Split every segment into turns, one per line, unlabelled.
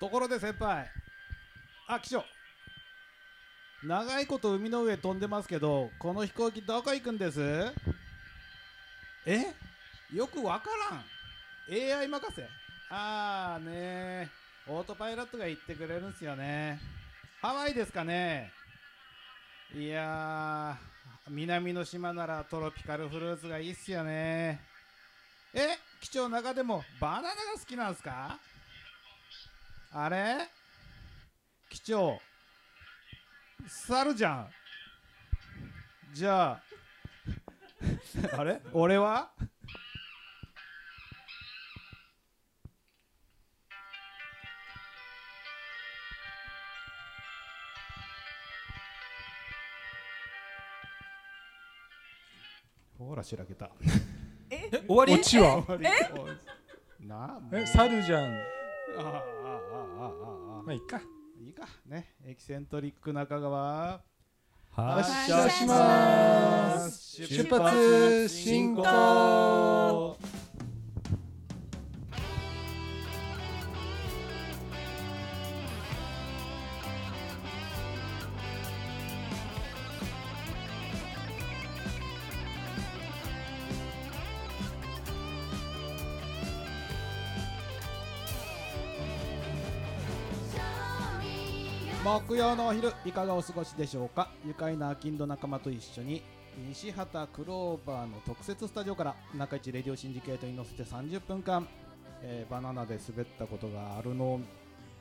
ところで先輩あ機長長いこと海の上飛んでますけどこの飛行機どこ行くんですえよくわからん AI 任せあーねーオートパイロットが言ってくれるんすよねハワイですかねいやー南の島ならトロピカルフルーツがいいっすよねえ機長の中でもバナナが好きなんすかあれ機長猿じゃんじゃ ああれ俺はほらしらけた
え終わり
オチは
えなあもう
え猿じゃん
あああああああ
まあいいか
いいかねエキセントリック中川
発
発
車
車
し
し
ま
ます
す
出発進行
木曜のお昼いかがお過ごしでしょうか愉快なアキンド仲間と一緒に西畑クローバーの特設スタジオから中市レディオシンジケートに乗せて30分間、えーバナナで滑ったことがあるのを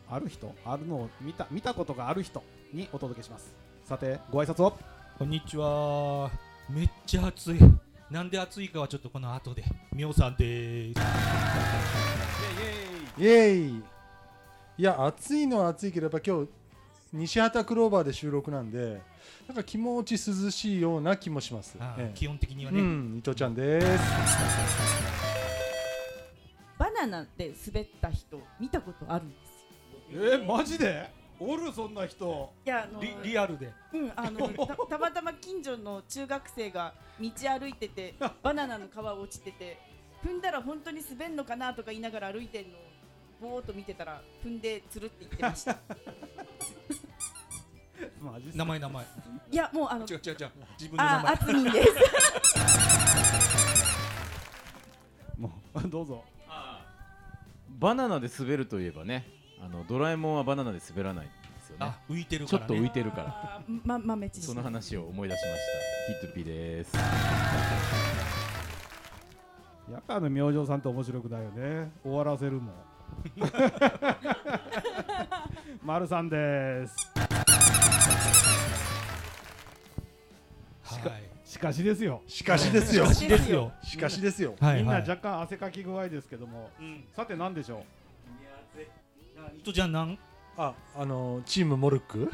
ある人あるのを見た見たことがある人にお届けしますさてご挨拶を
こんにちはめっちゃ暑いなんで暑いかはちょっとこの後でみおさんでーす
イエーイいや暑いのは暑いけどやっぱ今日西畑クローバーで収録なんでなんか気持ち涼しいような気もします、
あー
ええ
基本的には
う
ね、
ん伊藤ちゃんです
バナナで滑った人見たことあるんですよ
えマジでおるそんな人
いやあの
リリアルで
うんあのたたまたま近所の中学生が道歩い ててバナナの皮落ちてて踏んだら本当に滑んのかなとか言いながら歩いてんのをぼーっと見てたら踏んでつるって言っ てました
マジっす
名前名前
いやもうあの
違う違う違う自分の名
あ
前
あつみんです
もうどうぞ
バナナで滑るといえばねあのドラえもんはバナナで滑らないんですよね
あ浮いてる
ち
か
ょ
ら
っ
ね
と浮いてるから
あーま豆知識
その話を思い出しましたヒットピーです
やっぱあの明星さんって面白くないよね終わらせる もん丸さんです
はい
しかしですよ、
しかしですよ
しかしですよ
しかしですよ
はい
みんな
はい
若干汗かき具合ですけども
うん
さて何でしょ
伊藤ちゃんなん
ああのーチームモルック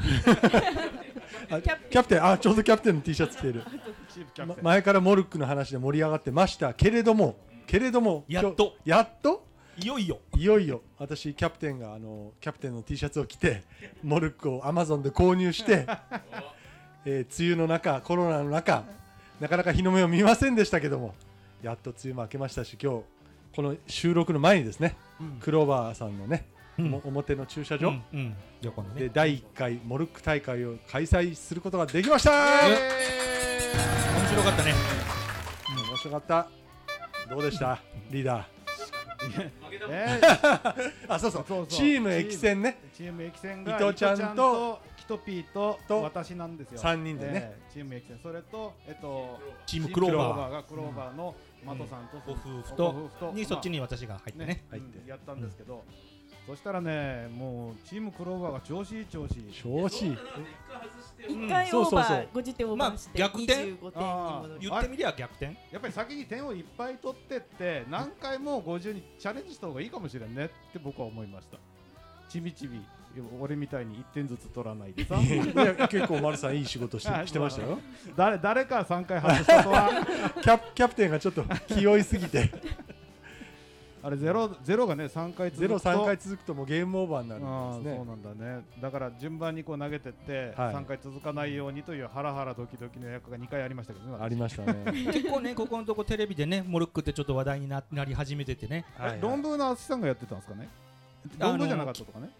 あ
キャプテン
キャプテンあちょうどキャプテンの T シャツ着てる
うチーフキャプ
ま
テン、
前からモルックの話で盛り上がってましたけれどもけれども
やっと
今日やっと
いよいよ
いよいよ私キャプテンがあのキャプテンの T シャツを着てモルックをアマゾンで購入して、えー梅雨の中コロナの中なかなか日の目を見ませんでしたけどもやっと梅雨も明けましたし今日この収録の前にですね、
うん
クローバーさんのね、
うん
も表の駐車
う
場、
んうん横のね
で第1回モルック大会を開催することができました、
面白かったね
面白かったどうでしたリーダー
え
あそうそう
そうそう
チーム駅戦ね
ーチーム駅戦が
伊藤ちゃんと
伊とキトピーと
と
私なんですよ
三人でね
えーチーム駅戦それとえっと
チームクロー
チ
バー
がクローバーのマトさんと、
ご夫婦
ご
とにそっち
に
に私が入ってね
入っ
うん
て
やったんですけど、そしたらねもうチームクローバーが調子いい調子いい
調子いい
一回
そう
オ
そ
ー
う
バ
そう
ー50点オーバーして
まあ逆転
25点に戻る
言ってみりゃ逆転
やっぱり先に点をいっぱい取ってって何回も50にチャレンジした方がいいかもしれんねって僕は思いましたちびちび俺みたいに1点ずつ取らないでさ
いや結構丸さんいい仕事し
あ
てしてましたよ
誰誰か3回外したとは
キャプキャプテンがちょっと気負いすぎて
あれゼロゼロがね3回続
ゼ
くと
ロ3回続くともうゲームオーバーにな
あ
るん
ー
です
そう
ね
なんだねだから順番にこう投げてって、
はい
3回続かないようにというハラハラドキドキの役が2回ありましたけどね
ありましたね
結構ねここのとこテレビでねモルックってちょっと話題にななり始めててね
はいはい
論文の淳さんがやってたんですかね論文じゃなかったとかね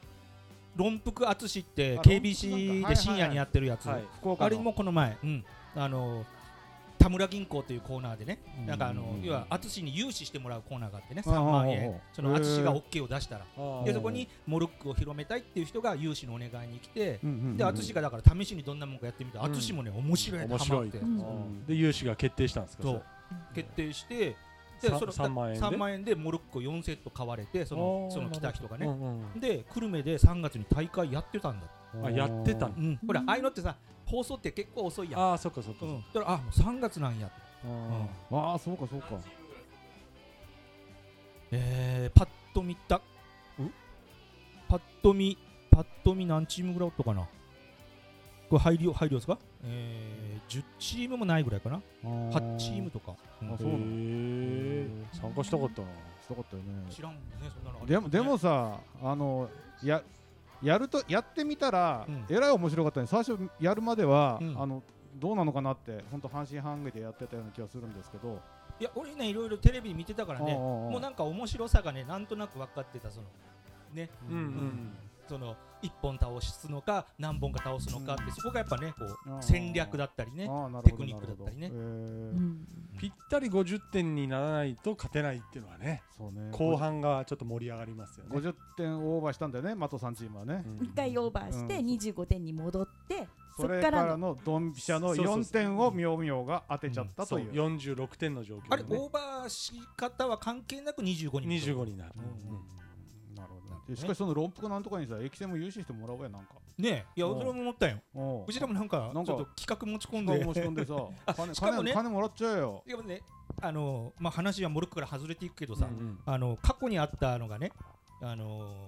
論福淳って
あ
KBC で深夜にやってるやつ、
はい、福岡の
あれもこの前、うん、あの田村銀行というコーナーでね、なんかあ
うんうん
の
うん
要は淳に融資してもらうコーナーがあってね、
うんうん
3
うん
万円、その淳が
へ
OK を出したら、
あー
でそこにモルックを広めたいっていう人が融資のお願いに来て、
うんうんうんうん
で淳がだから試しにどんなもんかやってみた、
うん
淳もね、面白い
面
とハマ
白
っ
い
て
と、
うん
ん
で融資が決定したんですか
そ
そう
決定して、で
さ
その
3万円で
3万円でモルックを4セット買われて、その
あー
その来た人が
れう
ね。
んうん
で、久留米で3月に大会やってたんだ、
うんあやってたの
うん、ほら
う、ん
ああいうのってさ、放送って結構遅いやん、
ああそっかそっか
うん、だ
そっか
から、あもう3月なんや
あ
ああそうかそうか
えー、パッと見たパッと見パッと見何チームぐらいおったかなこれ配慮配慮ですかえー、10チームもないぐらいかな8チームとか、うん
あ
ー
そうなの
へえ参加したかったな
したかったよね
知らんねそんなのある
でもでもさあのややるとやってみたら、
うん
えらい面白かったね最初やるまでは、
うん
あのどうなのかなって本当半信半疑でやってたような気がするんですけど、
いや俺ねいろいろテレビ見てたからね
おうおうおう
もうなんか面白さがねなんとなく分かってたそのね
うん
その1本倒すのか何本か倒すのかって、
うん
そこがやっぱねこ
あ
う
ー
戦略だったりね
ああなるほど
テクニックだったりね
なるほど
う
へえ
ん
ぴったり50点にならないと勝てないっていうのはね
そうね
後半がちょっと盛り上がりますよね
50点オーバーしたんだよね的さんチームはね、
うん
一回オーバーして
うん
25点に戻って、
そ
そっ
れか
か
らら
の
のドンピシャの
そうそうそう
4点をみょうみょうが当てちゃった
そ
と
う
いう,、
46点の状況
あれ
でね
オーバーし方は関係なく25に戻る
25になる
うん
なるほどね
なるほどね
しかしその論服なんとかにさ駅線も融資してもらおうやなんか
ねえいや
うん
それも思ったよ
お
うちらもなんかち
な
ょ
ん
っ
か
と企画持ち込ん
今
で
申し込んでさ金
しかもね
金金もらっちゃえよ
でもねあのまあ話はモルックから外れていくけどさ
うんうん
あの過去にあったのがねあの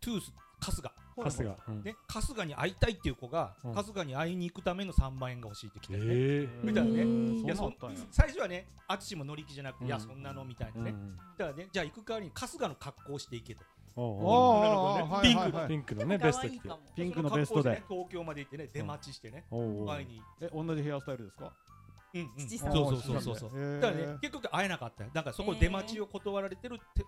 トゥース春日
春日うん
ね春日に会いたいっていう子が
うん
春日に会いに行くための3万円が欲しいって来てね
え
みたいなね
うん
い
そう
や
な
そん
ったんや
最初はね淳も乗り気じゃなく
う
て
ん
いやそんなのみたい
え
なねだからねじゃあ行く代わりに春日の格好をしていけと
おうお
ああああはいはいは
う
い
ピンクの
な
ね
んか
ベ
可
ス
愛
ト
い
着て
かも
ピンク
そ
のベスト
格好をして
で
ね東京まで行ってね出待ちしてね
おうおう
会いに
え同じヘアスタイルですか
うんうん
七
そ
三
うそうそうそうそう
う
だからね、結局会えなかったよだからそこ出待ちを断られてるて、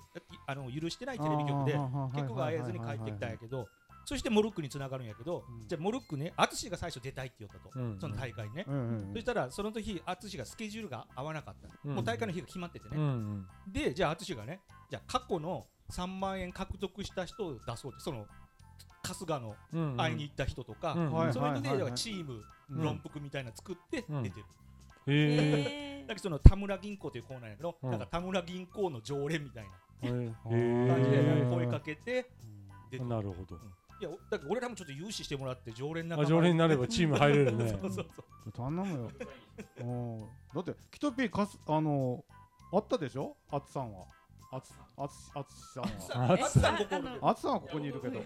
あの許してないテレビ局で結局会えずに帰ってきたんやけどそしてモルックに繋がるんやけど、
うん
じゃあモルックね淳が最初出たいって言ったと、
うん
その大会ね、
うんうん
そしたらその時淳がスケジュールが合わなかった、
うん
もう大会の日が決まってて
うん
ね、
うん
でじゃあ淳がねじゃあ過去の3万円獲得した人を出そうってその春日の
うんうん
会いに行った人とか、
うんうん
はい
その人でだ
は
か
は
らチーム
うん
論服みたいなの作って出てる、
へえ
へ
だけどその田村銀行というコーナーやけど、
うん
なんか田村銀行の常連みたいな
へえ
感じで
へ
なん
ー
か声かけて、出て
なるほど
いやおだから俺らもちょっと融資してもらって常連仲
あ
間
常連になればチーム入れるね
そうそうそう
頼むようんだってキトピーかすあのあったでしょあつさんはあつあつあつさんは
あ
え
つ
さん
ああの
あつさんはここにいるけど会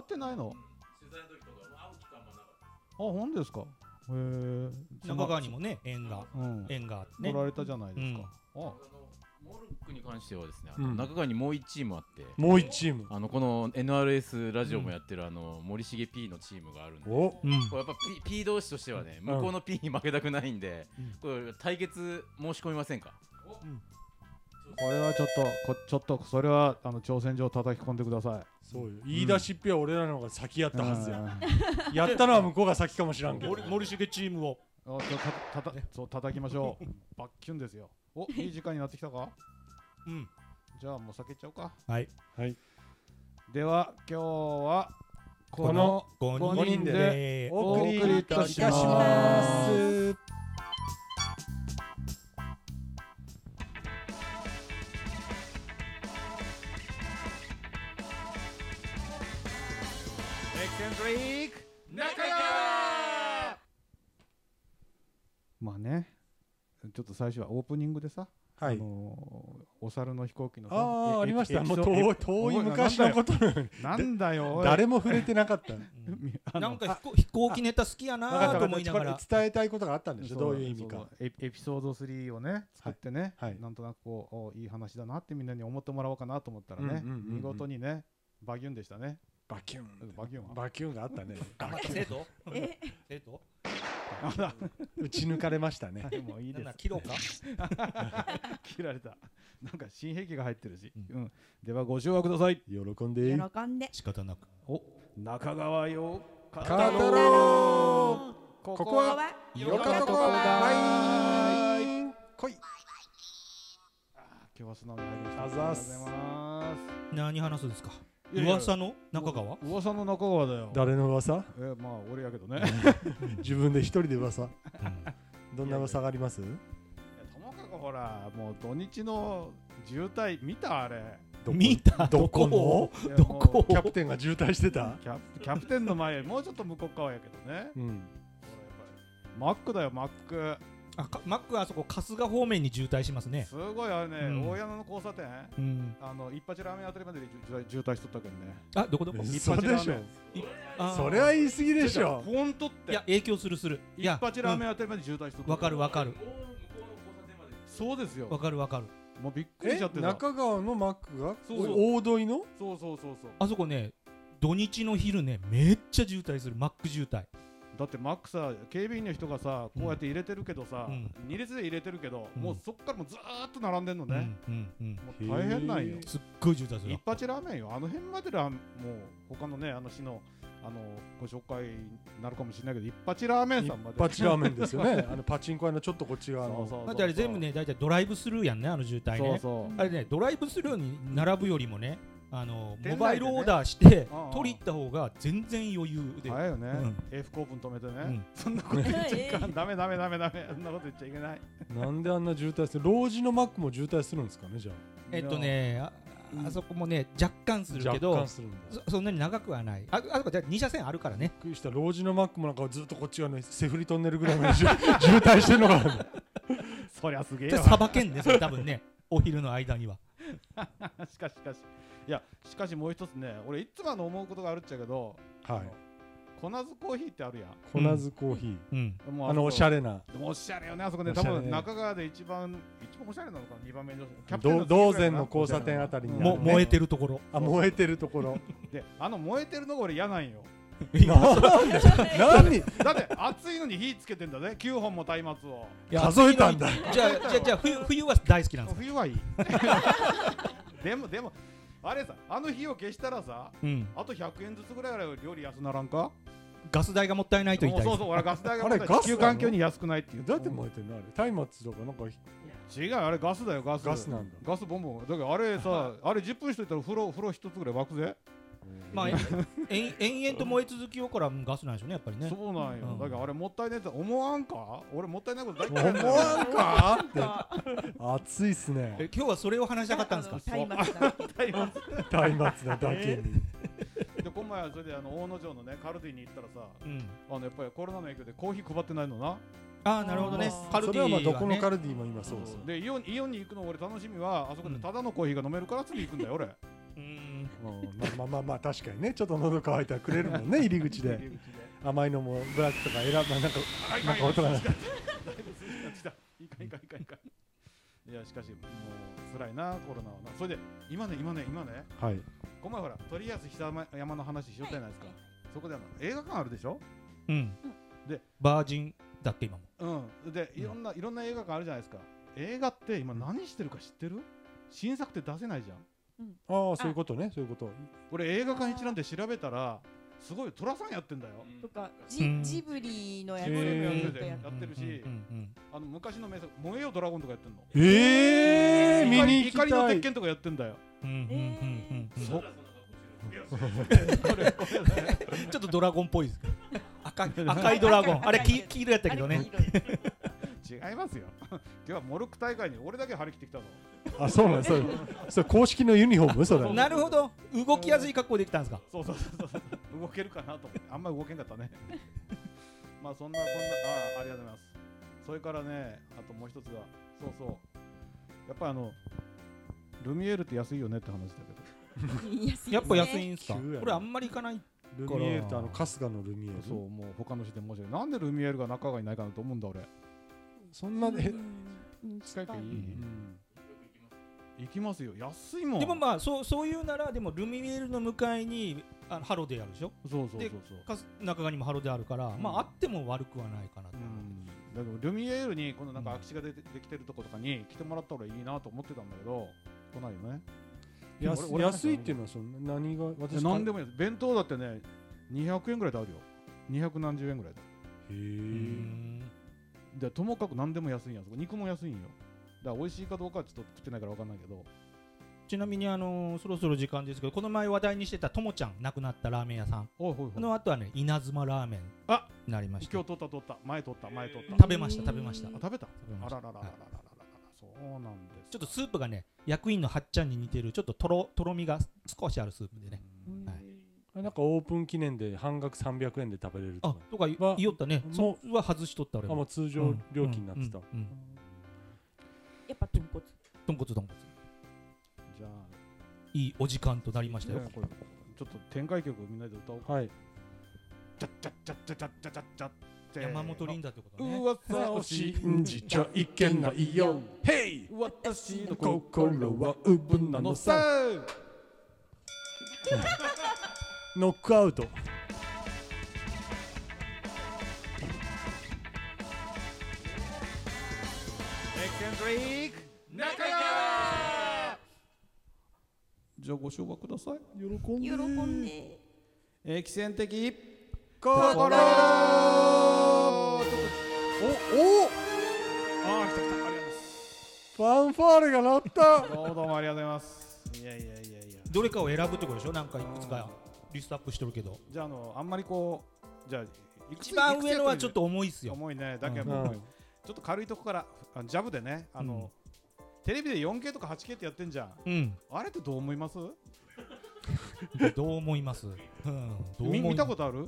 ってないのあ本当ですかへえ
中川にもね縁が
うん
縁があって
来
ね
られたじゃないですかあ
モルックに関してはですね、
うん
中川にもう1チームあって、
もう一チーム
あのこの NRS ラジオもやってるあの森重 P のチームがあるんで、こ
う
お
ん
れやっぱ P, P 同士としてはね、向こうの P に負けたくないんで、これ対決申し込みませんか
これはちょっとこちょっとそれはあの挑戦状叩き込んでください
そうよ言い出しっぺは俺らの方が先やったはずや
うん
やったのは向こうが先かもしらんけど
森森重チームを
あちょたたたそう叩きましょうバッキュンですよおいい時間になってきたか
うん
じゃあもう避けちゃおうか
はい
はい
では今日はこ
こ
の
の
5
五人
人
で
で
お送りいたし
お送りいたし
ま
ますまあねちょっと最初はオープニングでさ、
は
あ
い
のーお猿の飛行機のさ
ああ
え
ありました
エピ
も
ソ
う
ード
遠
エ
い
ピ
遠い昔のことのように
なんだよおい
誰も触れてなかった
あの
なんか飛行飛行機ネタ好きや
分かっ
な
た
と
分か
思
っ
い
た
な
こ
が
れ
ら
伝えたいことがあったんでしょ
そ
どういう意味
そ
か
エエピソード3をね作ってね、
はいはい
なんとなくこうおいい話だなってみんなに思ってもらおうかなと思ったらね、
うんうんうんうん
見事にねバギュンでしたね
バキュン
バギュンは
バキュンがあったね
頑張った生徒
え
生徒
打ち抜かれましたね
はい、 もういい
な
で
ん
す
だ。切ろうか
切られた。 なんか新兵器が入ってるし。うん。ではご唱和ください。
喜んで
喜んで
仕方なく
お、中川よ。語ろう
カタロ
こ
こ
こ
こ
は
は
よかとこ
バ
だ
イ来い
今日は素直に入りました。
あざっす
ありがとうございます。
何話すんですか
いやいや
噂の中川
噂の中川だよ。
誰の噂
えまあ俺やけどね。
自分で一人で噂
うん
どんな噂があります
ともかくほらもう土日の渋滞見たあれ。
どこ
見た
どこの
いや
ど
もう
こ
キャプテンが渋滞してた
キャプキャプテンの前よりもうちょっと向こう側やけどね。
うん
ほらやっぱりマックだよマック。
あかマックはあそこ春日方面に渋滞しますね
すごいあれね、
うん
大矢野の交差点。
うん
あの一発ラーメンあたりまでじゅじゅ渋滞しとったけどね。
あどこどこ
嘘でしょ
あー
それは言い過ぎでしょ
本当って。
いや影響するするい
一
や
発ラーメンあたりまで渋滞しとった。
うんわかるわかる
そうですよ
わ。かるわかる
もうびっくりし
え
ちゃってた。
中川のマックが
そうそう
お大通りの
そうそうそうそう。
あそこね土日の昼ねめっちゃ渋滞するマック渋滞
だってマックさ警備員の人がさこうやって入れてるけどさ、
うん
二列で入れてるけど、
うん
もうそっからもうずーっと並んでんのね、
うんうんうん
もう大変なんよ
へー
すっごい渋滞する
一発ラーメンよあの辺までらもう他のねあの市のあのご紹介になるかもしれないけど一発ラーメン
一
さんまで
発ラーメンですよねあのパチンコ屋のちょっとこっち側
そうそう
の
そう
だってあれ全部ね大体ドライブスルーやんねあの渋滞
そう
ね
そう
あれねドライブスルーに並ぶよりもねあの
店内でね
モバイルオーダーして
うんうん
取り行った方が全然余裕で
早いよね、
うん
F コープン止めてね、
うん
そんなこと言っちゃいか
え
んダメダメダメダメそんなこと言っちゃいけない
なんであんな渋滞する老人のマックも渋滞するんですかねじゃあ
えっとねあ
うん
あそこもね若干するけ
若
ど
干するんだ
そそんなに長くはないああそこじゃ2車線あるからね
びっくりした老人のマックもなんかずっとこっち側のセフリトンネルぐらいまで渋 渋滞してるのかな
そりゃすげえ
じゃ
よ
さばけんねそれ多分ねお昼の間には
しかししかしいやしかしもう一つね俺いつもあの思うことがあるっちゃけど、
は
あ
い
の粉酢コーヒーってあるやん
粉酢コーヒー、
うん
もう
あの
そこ
おしゃれな
でもおしゃれよねあそこね
おし
多
ゃれ
分中川で一番一番おしゃれなのかな二番目のキャプテン
ど
の
道前の交差点あたりに
も
あるね
燃えてるところ
あ燃えてると ころ
であの燃えてるのが俺嫌なんよ
いや
何
だ って暑いのに火つけてんだね9本も松明を
いや
数えたんだ
じゃあじゃあじゃあ冬冬は大好きなんですか
冬はい いでもでもあれさあの火を消したらさ
うん
あと100円ずつぐらいあれば料理安ならんか
ガス代がもったいないと言い
もう
たい
そ
で
う
す
そう俺ガス代が
あれ
まだ地
ガスな
球
の
環境に安くないっていう
どうやって燃えてるのあれ松明とかなんか
違うあれガスだよガス
ガスなんだ
ガスボンボンだけどあれさあれ10分しといたら風呂風呂一つぐらい沸くぜ
まあ、え ん延々と燃え続きよからうんガスなんでしょうねやっぱりね
そうなんよ、
うん
だからあれもったいねえって思わんか俺もったいないこと大嫌いなんだ
思
よ
わんかって暑いっす
え
ね
今日はそれを話したかったんですか
あの松明だ
松明なだけに
で今前はそれであの大野城のねカルディに行ったらさ
うん
あのやっぱりコロナの影響でコーヒー配ってないのな
ああなるほどね
あー
カル
そ
デ
れは
ィ
ま
は
あどこの
ね
カルディも今そうですよ
でイオンイオンに行くの俺楽しみはあそこで
うん
ただのコーヒーが飲めるから次行くんだよ俺
うん
うんまあまあまあまあ確かにねちょっと喉乾いたらくれるも んね入り口で甘いのもブラックとか選ぶなんか
あいか
なんん
いかん
か音が
い
鳴
かん
る
いかんいかんいかんいかんいやしかしもう辛いなコロナはなそれで今ね今ね今ね
はい
この前ほらとりあえず久山の話しようじゃないですか、そこであの映画館あるでしょ
うん
で
バージンだって今も
うん、でいろんな、いろんな映画館あるじゃないですか映画って今何してるか知ってる新作って出せないじゃん
ああそういうことねそういうこと
俺映画館一覧で調べたらすごい寅さんやってんだよ、
とか
う
ジ
ん
ジブリのやつ
ジブリのやつ
と
で
やっ
やってるし、
うんうん
あの昔の名作「燃えよドラゴン」とかやってんの
ええ見
怒り
に行き
怒りの
た
鉄
い
拳とかやってんだよ
うんうんうんうんうん
そ
ちょっとドラゴンっぽいです赤い 赤いドラゴンあれ黄黄色やったけどね
違いますよ 今日はモルック大会に俺だけ張り切ってきたの
あそうなんそうそれ公式のユニフォームそれ
なるほど動きやすい格好できたんですか
そうそうそうそう動けるかなと思ってあんまり動けんかったね まあそんなこんなあありがとうございますそれからねあともう一つがそうそうやっぱりあのルミエールって安いよねって話だ
やっぱ安い
い
んすか
急やな
これあんまり行かない
ルミエールとあの春日のルミエ
けど
ー
そ
ル
うもう他の市で申し訳ないなんでルミエールが中川にないかなと思うんだ俺
そんな
ね
で
うん
近いかいい、
うん
行きますよ安いもん
でもまあそうそういうならでもルミネールの向かいにあのハロでやるでしょ
そうそうそう
で
そう
か中川にもハロであるから、まああっても悪くはないかなと、
うんだけどルミエールにこのなんか空き地が出てできてるとことかに来てもらったらいいなと思ってたんだけど来ないよね
安
俺俺
安いっていうのはその何が
いや
私
何
か
でもいいです弁当だってね200円ぐらいであるよ2何十円ぐらいで
へ
う
え
ん
でともかく何でも安いんやそこ肉も安いんよだから美味しいかどうかはちょっと食ってないから分かんないけど
ちなみにあのーそろそろ時間ですけどこの前話題にしてたともちゃん亡くなったラーメン屋さん
おいほいほい
の後はね稲妻ラーメン
あ
になりました
今日取った取った前取った前取った、
食べました食べました
あ
食
食べた
べま
あ
した
ららららららららそうなんです
ちょっとスープがね役員のはっちゃんに似てるちょっととろとろみが少しあるスープでね
うん
はい
なんかオープン記念で半額300円で食べれると
あ
か
とかい
は
言おったねそ
も
うは外しとった俺
あ
も
もう通常料金になってた、
うんうんうん
やっぱ豚骨
豚骨豚骨
じゃあ
いいお時間となりましたよ
ねこれちょっと展開曲みんなで歌おうか
はい
チャッチャッチャッチャッチャッチャッチャッチャッ
山本リンダってことね
噂をし
信じちゃいけないよ Hey!
私の
心はうぶなの
の
さ
さ
ノックアウト
エクセントリック中川じゃあご唱和ください
喜ん
喜んで
エキセン的
心
心おおああ来た来たありがとうございます
ファンファーレが鳴った
どうもどうもありがとうございますいやいやいやいや
どれかを選ぶってことでしょなんかいくつかリストアップしてるけど
じゃああのあんまりこうじゃあいくつ
一番上のはちょっ
いく
と重いっす
つや
よ
重いねだけど
う
もう
うん
ちょっと軽いとこからあジャブでねあの、テレビで 4K とか 8K ってやってんじゃん
うん
あれってどう思います
どう思いますうんどう
み
思い
見た
ま
ことある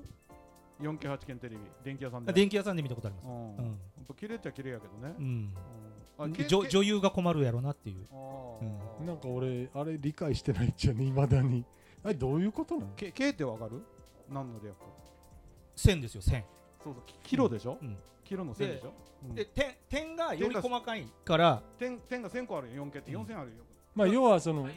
?4K8K テレビ電気屋さん
す
で
電気屋さんで見たことあります
うん
う
や
ん
っぱ綺麗っちゃ綺麗やけどね
う、ん
うんあけ
女
け
女優が困るやろなっていう
あー
うん
なんか俺あれ理解してないっちゃねいまだにあれどういうことなの
け K ってわかる何の略
線ですよ線
そうそうきキロでしょ、
うん
キロの線でしょ、うん
で点点がよ
点
り
が
細かいから
点点が1000個あるよ 4K って4000あるよ、
まあ要はその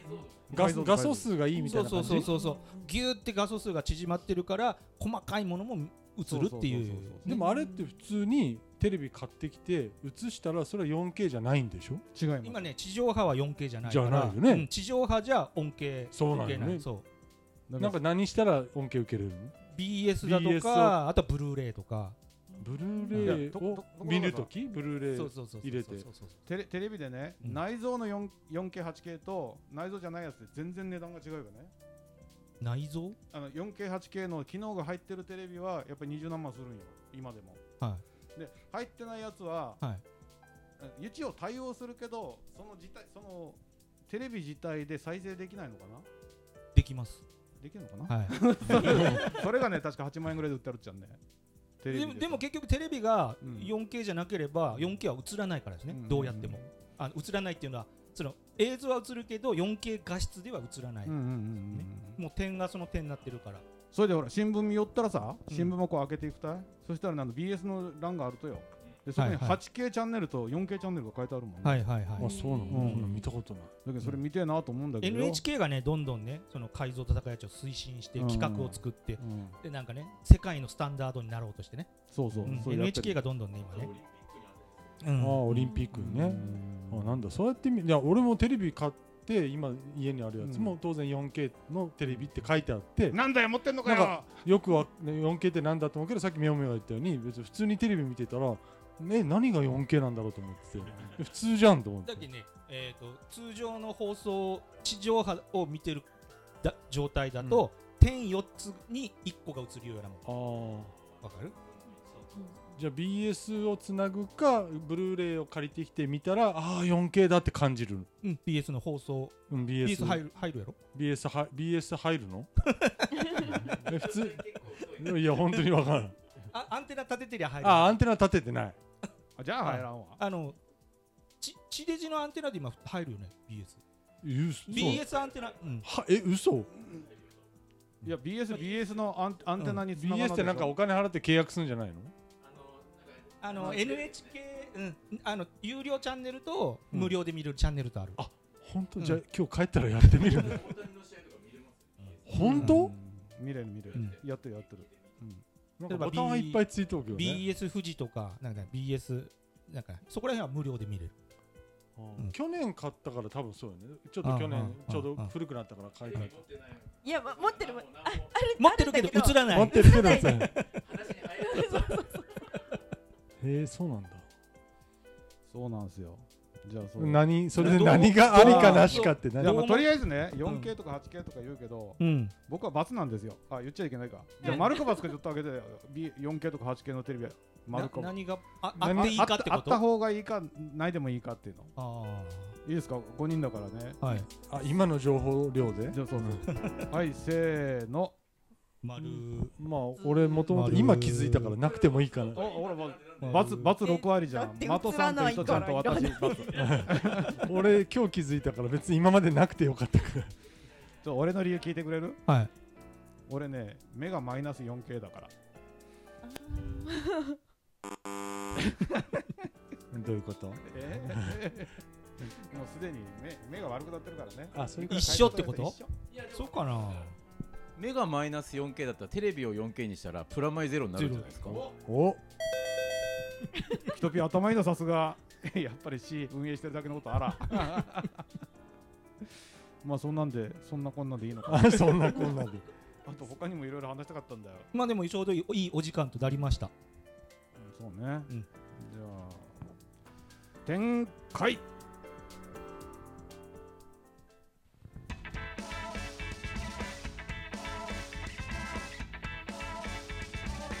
画
解像度
画素数がいいみ
そ
たいう
そ
な感
う
じ
そうそうそうギューって画素数が縮まってるから細かいものも映るってい
そううそうそうそう
でもあれって普通にテレビ買ってきて映したらそれは 4K じゃないんでしょ
違います
今ね地上波は 4K じゃないから
じゃないよね
うん地上波じゃ恩恵
そうなん
受
よ
けな
ね
いそう
なんか何したら恩恵受けれるの
BS だと
BS
かあとはブルーレイとか
ブルーレイ
いやとと
を
ところが
見るときブルーレ
そう
イ
そうそうそう
入れ
そ
て
うそうそう
テレテレビでね、
うん
内蔵の 4- 4K8K と内蔵じゃないやつで全然値段が違うよね
内蔵
あの 4K8K の機能が入ってるテレビはやっぱり20何万するんよ今でも
は
で入ってないやつは、、
はい
一応対応するけどその自体そのテレビ自体で再生できないのかない
できます
できるのかな、
はい
それがね確か8万円ぐらいで売ってあるっちゃんねテレビ
でもでも結局テレビが
うん
4K じゃなければ 4K は映らないからですね、
うん
どうやってもあの映らないっていうのはその映像は映るけど 4K 画質では映らない、
うんうんうんうん、
ねもう点がその点になってるから
それでほら新聞見よったらさ
うん
新聞もこう開けていくたい、そしたらねあの BS の欄があるとよでそこに
はいはい
8K チャンネルと 4K チャンネルが書いてあるもんね、
はいはいは
あそうな
う
の
ん
そんなの見たことない
だけどそれ見てえなと思うんだけどよ、
NHK がねどんどんねその改造と高いやつを推進して
うん
企画を作って、
うん、
でなんかね世界のスタンダードになろうとしてね、
そうそう、
うん
そうやって
NHK がどんどんね今ねう
あ
ん
あオリンピックねあなんだそうやってみいや俺もテレビ買って今家にあるやつ
う
も当然 4K のテレビって書いてあって
なんだよ持ってんのかよ
なんかよくはね 4K ってなんだと思うけどさっきみおみおが言ったように別に普通にテレビ見てたらね何が 4K なんだろうと思ってて普通じゃんと思って
だけどね、えー、と通常の放送地上波を見てるだ状態だと、点4つに1個が映るようなもん
ああ
わかる
じゃあ BS をつなぐかブルーレイを借りてきて見たらああ 4K だって感じる、
うん BS の放送
うん、BS,
BS 入る入るやろ
BS, は BS 入るのえ普通いや本当に分からん
あアンテナ立ててりゃ入る
あア
あ
ンテナ立ててない
あじゃあ入らんわ
のち地デジのアンテナで今入るよね BS
えうそ
BS アンテナうん
はえ嘘
いや BS、BS のアンアンテナに繋がら
BS ってなんかお金払って契約するんじゃないの
あの NHK うんあの有料チャンネルと無料で見れるチャンネルとある、
あ本当、
うん
じゃあ今日帰ったらやってみるね本当、
見れる見れる、
うん
やってるやってる、うん
なんかボタンはいっぱいついておくよね、
BS 富士とかなんか BS なんかそこら辺は無料で見れる
あー
うん
去年買ったから多分そうよねちょっ
あ
と
ー
去年
あー
ちょうど
あー
古くなったから買い 替えた
いや、ま持ってるもん。あ
持ってるけど
あるんだけど
映らな
持っ
い
てるけどさへえそうなんだ
そうなんですよじゃあそれ
何それで何がありかなしかって
いや
何
まあ
どうも
とりあえずね 4K とか 8K とか言うけど、
うん
僕は×なんですよあ言っちゃいけないかじゃあ丸か×かちょっとあげて B- 4K とか 8K のテレビは丸
な
か
何がああ
何
っていいかって
ああ
こ
っ
と
た
あ
方がいいかないでもいいかっていうの
あ
いいですか5人だからね
ーはい
あ今の情報量で
じゃあそうそうはいせーの
丸
まあ俺もともと今気づいたからなくてもいいかな
あほらバ
丸
バツバツ6割じゃ
だっ
ん
て映らない
的さんと人ちゃんと私
から
バツち
俺今日気づいたから別に今までなくてよかったから
ょ俺の理由聞いてくれる
はい
俺ね目がマイナス 4K だから
どういうこと
えもうすでに目目が悪くなってるからね
あそういう
一緒ってこと
一緒
そうかな
目がマイナス 4K だったらテレビを 4K にしたらプラマイゼロになるんじゃないですか
お
キトピー頭いいのさすが やっぱり C 運営してるだけのことあらまあそんなんでそんなこんなんでいいのか
あ そんなこんなんで
あと他にもいろいろ話したかったんだよ、
まあでもちょうどいいいいお時間となりました
うんそうね、
うん
じゃあ展開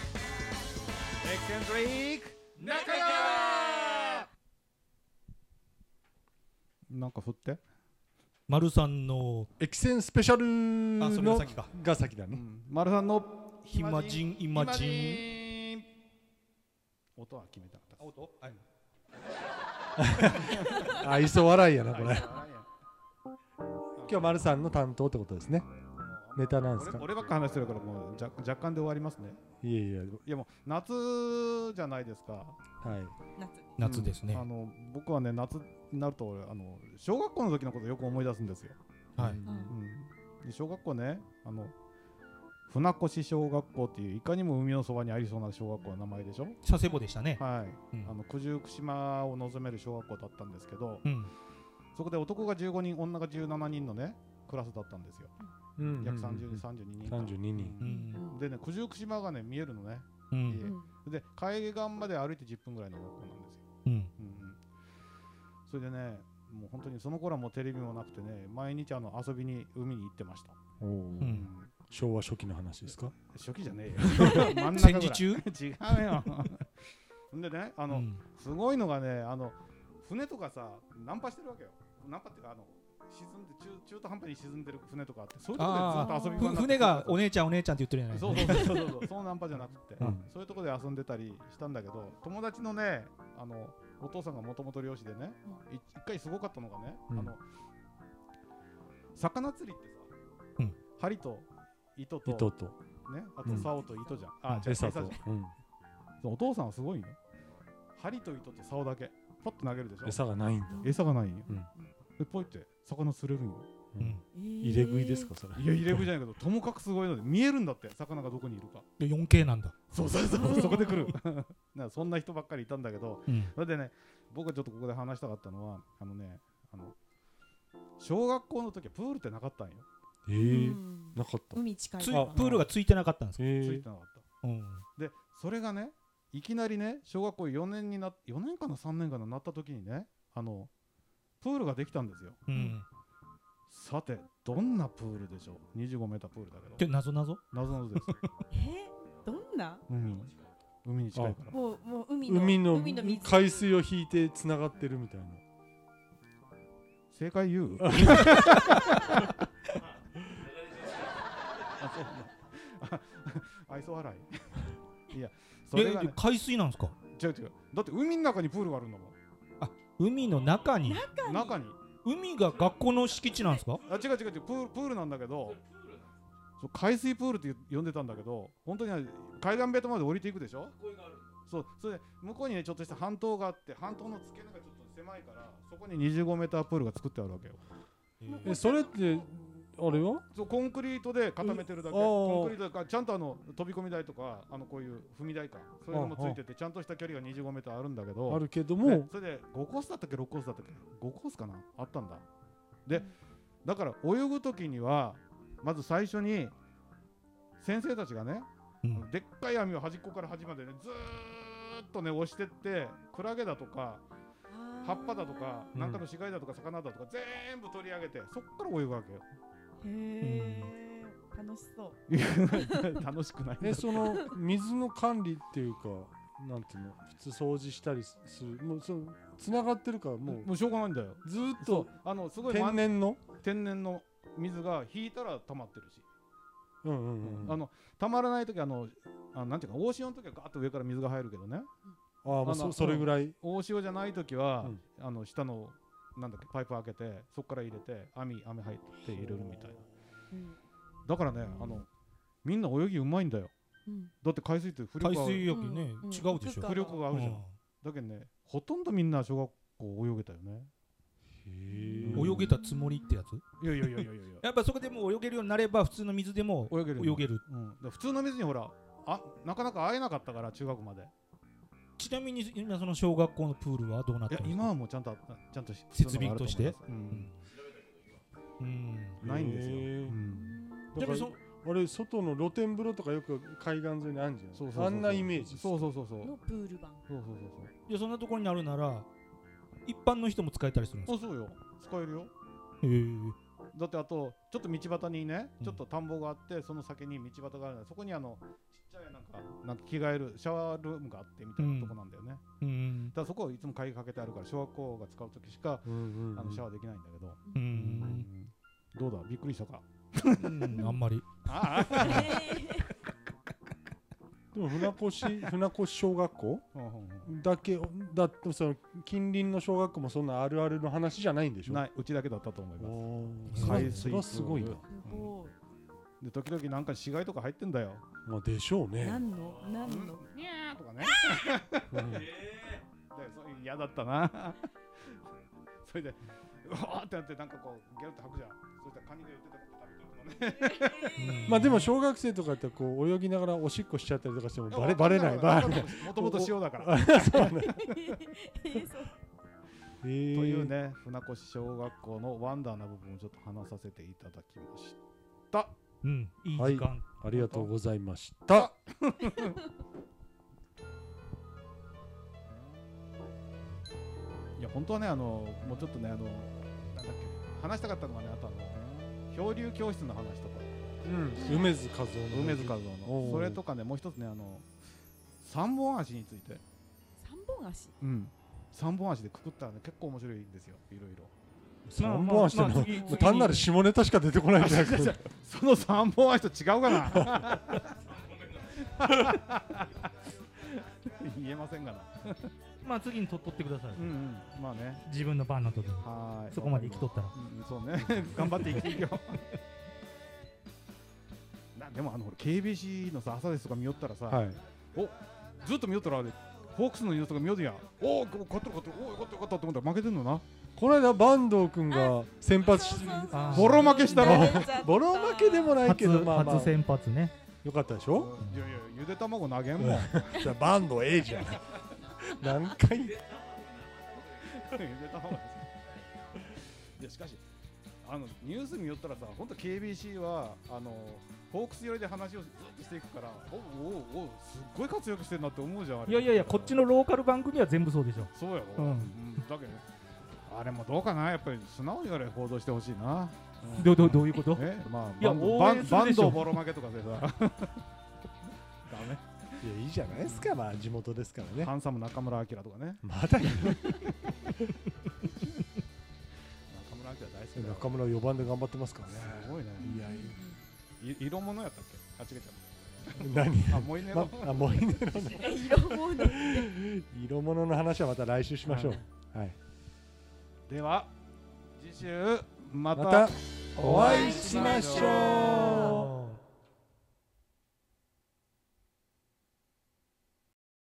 エクセントリック中川なんか振って
丸さんの
エキセンスペシャル
あそれが
の
先か
が先だ
う
ね
ん丸さんの
暇人今人
ン音は決めたかった
音
愛想笑いやなこれ
今
今日丸さんの担当ってことですねネタなんですか
俺俺ばっか話してるからもうじゃ若干で終わりますね
いやいや
いやもう夏じゃないですか
はい
夏
夏ですね
うんあの僕はね夏になると俺あの小学校の時のことよく思い出すんですよ、
はい
うん、で小学校ねあの船越小学校っていういかにも海のそばにありそうな小学校の名前でしょ
佐世保でしたね
はい、
うん
あの九十九島を望める小学校だったんですけど
うん
そこで男が15人女が17人のねクラスだったんですよ約30 32人か
32人
うん
でね九十九島がね見えるのね
う
い
ん
えで海岸まで歩いて10分ぐらいの学校なんですよ、
うん
うんうん、それでねもう本当にその頃はもうテレビもなくてね毎日あの遊びに海に行ってました、
おー
うん
うん
昭和初期の話ですか
初期じゃ ねえよ真ん中ぐらい
戦時中
違うよでねあの、
うん
すごいのがねあの船とかさナンパしてるわけよナンパっていうかあの沈んで中中途半端に沈んでる船とかあってそういうとこ
あ
でずっと遊び
ふ
場になって
船がお姉ちゃんお姉ちゃんって言ってるじゃない
そうそうそうそうそうそのナンパじゃなくて、
うん
そういうとこで遊んでたりしたんだけど友達のねあのお父さんがもともと漁師でねい一回すごかったのがね、
うん
あの魚釣りってさ、
うん
針と糸と
糸と
ねあ
う
と
ん
竿と糸じゃん、
う
あ
ん
じゃあ
餌
餌
と
じゃん
うん
そうお父さんはすごいよ針と糸と竿だけパッと投げるでしょ
餌がないんだ
餌がないんよ、
うん
でポイって魚釣れるんよ
うん
入れ食いですかそれ
いや入れ食いじゃないけどともかくすごいので見えるんだって魚がどこにいるか
で 4K なんだ
そうそうそうそこで来る なんかそんな人ばっかりいたんだけど
うん
それでね僕がちょっとここで話したかったのはあのねあの小学校の時はプールってなかったんよ
え
え
えなかった
海近い
つ
か
プ
ら
ールがついてなかったんですか
つ
え
い
え
てなかった
うん
でそれがねいきなりね小学校4年にな4年かな3年かななった時にねあのプールができたんですよ
うん
さてどんなプールでしょう2 5ータープールだ
っ
け
て
ど
謎謎
謎々です、
えどんな
うん、海に近いから
もうもう海の
海の
水
海水を引いてつながってるみたいな
正解言う あそうあ愛想笑いいやそれ
え
が、ね、
海水なんですか
違う違うだって海の中にプールがあるんだも
海の中に
ん中に
海が学校の敷地なんですか
あ違う違う違うプールプールなんだけどそう海水プールって呼んでたんだけど本当にあれ海岸ベッドまで降りていくでしょそうそれで向こうにねちょっとした半島があって半島の付け根がちょっと狭いからそこに2 5ータープールが作ってあるわけよ
えそれってあれは
そうコンクリートで固めてるだけ、
うんあー
コンクリートだからちゃんとあの飛び込み台とかあのこういう踏み台かそういうのもついててちゃんとした距離が25メートルあるんだけど
あるけど
ね
も、
それで5コースだったっけ6コースだったっけ5コースかなあったんだでだから泳ぐ時にはまず最初に先生たちがね、
うん
でっかい網を端っこから端までねずーっとね押してってクラゲだとか葉っぱだとか
うん
なんかの死骸だとか魚だとか全部取り上げてそっから泳ぐわけ よ
へえ楽しそう
楽しくない
えその水の管理っていうかなんていうの普通掃除したりするもうその繋がってるからも
もうしょうがないんだよ
うずーっ
そう
と
あのすごいま
天然の
天然の水が引いたら溜まってるし
うんうんうん
あのたまらない時あのあなんていうか大潮の時はガーッと上から水が入るけどね
ああまあ
あ
そ
の
それぐらい
大潮じゃない時は、
うん
あの下のなんだっけパイプ開けてそこから入れて網網入って入れるみたいなだからねあのみんな泳ぎうまいんだよだって海水って浮力
海
が
水浴ね、
うん
違うでしょ
浮力が合うじゃん、だけどねほとんどみんな小学校泳げたよね
うん泳げたつもりってやつ
いやいやいやいやいや
やっぱそこでもう泳げるようになれば普通の水でも
泳げる
泳げる
うん、だから普通の水にほらあなかなか会えなかったから中学まで
ちなみに今その小学校のプールはどうなっ
い
て
や
るんですか
今はもうちゃんとあちゃんとし
設備として
そういうのがあると思いますうん
うん
ないんですよ。
へ
う
ー
ん、
で
だか
も
ら
その
あれ外の露天風呂とかよく海岸沿いにあるんじゃん
そうそうそうそう
あんなイメージ
そうそうそうそう。
のプール版
そうそうそ
いやそんなところにあるなら一般の人も使えたりするんです
うそう。あ、そうよ。使えるよ。
かへー
だってあとちょっと道端にね
う、ん
ちょっと田んぼがあってその先に道端があるので、そこにあのちっちゃいなんかなんか着替えるシャワールームがあってみたいなとこなんだよね。
うん
ただそこをいつも鍵かけてあるから小学校が使う時しか
うんうんうん
あのシャワーできないんだけど。
う
うんどうだびっくりしたか。
うんあんまり
ああ。
でも船 越船越小学校
うんうん
だけだってその近隣の小学校もそんなあるあるの話じゃないんでし
うん
ょ
ない、うちだけだったと思います。
お
す
ー
ごい
海水
それはすごいな、
すごい
で時々なんか死骸とか入ってんだよ。
まあ、でしょうね
何の何の
にゃーとかね。
うん
でそういう嫌だった なそれでうわーってなってなんかこうゲロって吐くじゃんそしたらカニが言ってたこと食べてるとかね
まあでも小学生とかやってこう泳ぎながらおしっこしちゃったりとかしてもバレバ レないバレない
もともと塩だから
と
という
ね
ね船越小学校のワンダーな部分をちょっと話させていただきました
うんいい
はい
時間
ありがとうございました
いや本当はねあのもうちょっとねあのなんだっけ話したかったのがねあとあの漂流教室の話とか
うん梅津和夫の
梅津和夫
お
の
ー
それとかねもう一つねあの三本足について
三本足
うん三本足でくくったらね結構面白いんですよいろいろ
三本足っての
まあまあ
も
次
う単なる下ネタしか出て こないんじゃなくて
その三本足と違うかな 言えませんがな
まあ次にとっとってください
うんうんまあね
自分の番の時に
はーい
そこまで生きとったら
うんうんそうね 頑張って生きていくよなでもあのほら KBC のさ朝ですとか見よったらさ、
はい
ずっと見よったらあれフォークスのニュースとか見よるやんおお勝ってる勝ってるおおよかったよかったって思ったら負けてんのな
この間坂東君が先発し
あー
ボロ負けしたろ
ボロ負けでもないけ
初
どまあまあ
初先発ね
よかったでしょ
いやいやゆで卵投げんもん
じゃあバンド A じゃん 何回
入れた方がいいですよいやしかしあのニュースによったらさ本当 KBC はあのホークス寄りで話をずっとしていくからおおおおすっごい活躍してるなって思うじゃんあれ
いやいやいやこっちのローカル番組は全部そうでしょ
そうやろ、
う
うんんだけどあれもどうかなやっぱり素直にあれ報道してほしいな、うん
どどどういうこと
えまあ
いや
バンド
応
バ
援
ン
する
バ
で
ン
しょ
ドボロ負けとかで さダメ
いやいいじゃないですかまあ地元ですから ね
ハンサム中村晃とかね
まだ
中村晃大好きだよ
中村4番で頑張ってますからね
すごいね
いや
い色物やったっけあ違う違う
何
あもういね
ま
の、
あもういいね
色もの
色物の話はまた来週しましょう。はい、
では次週ま
ま
た
た
お会いしましょう
お会いしましょう。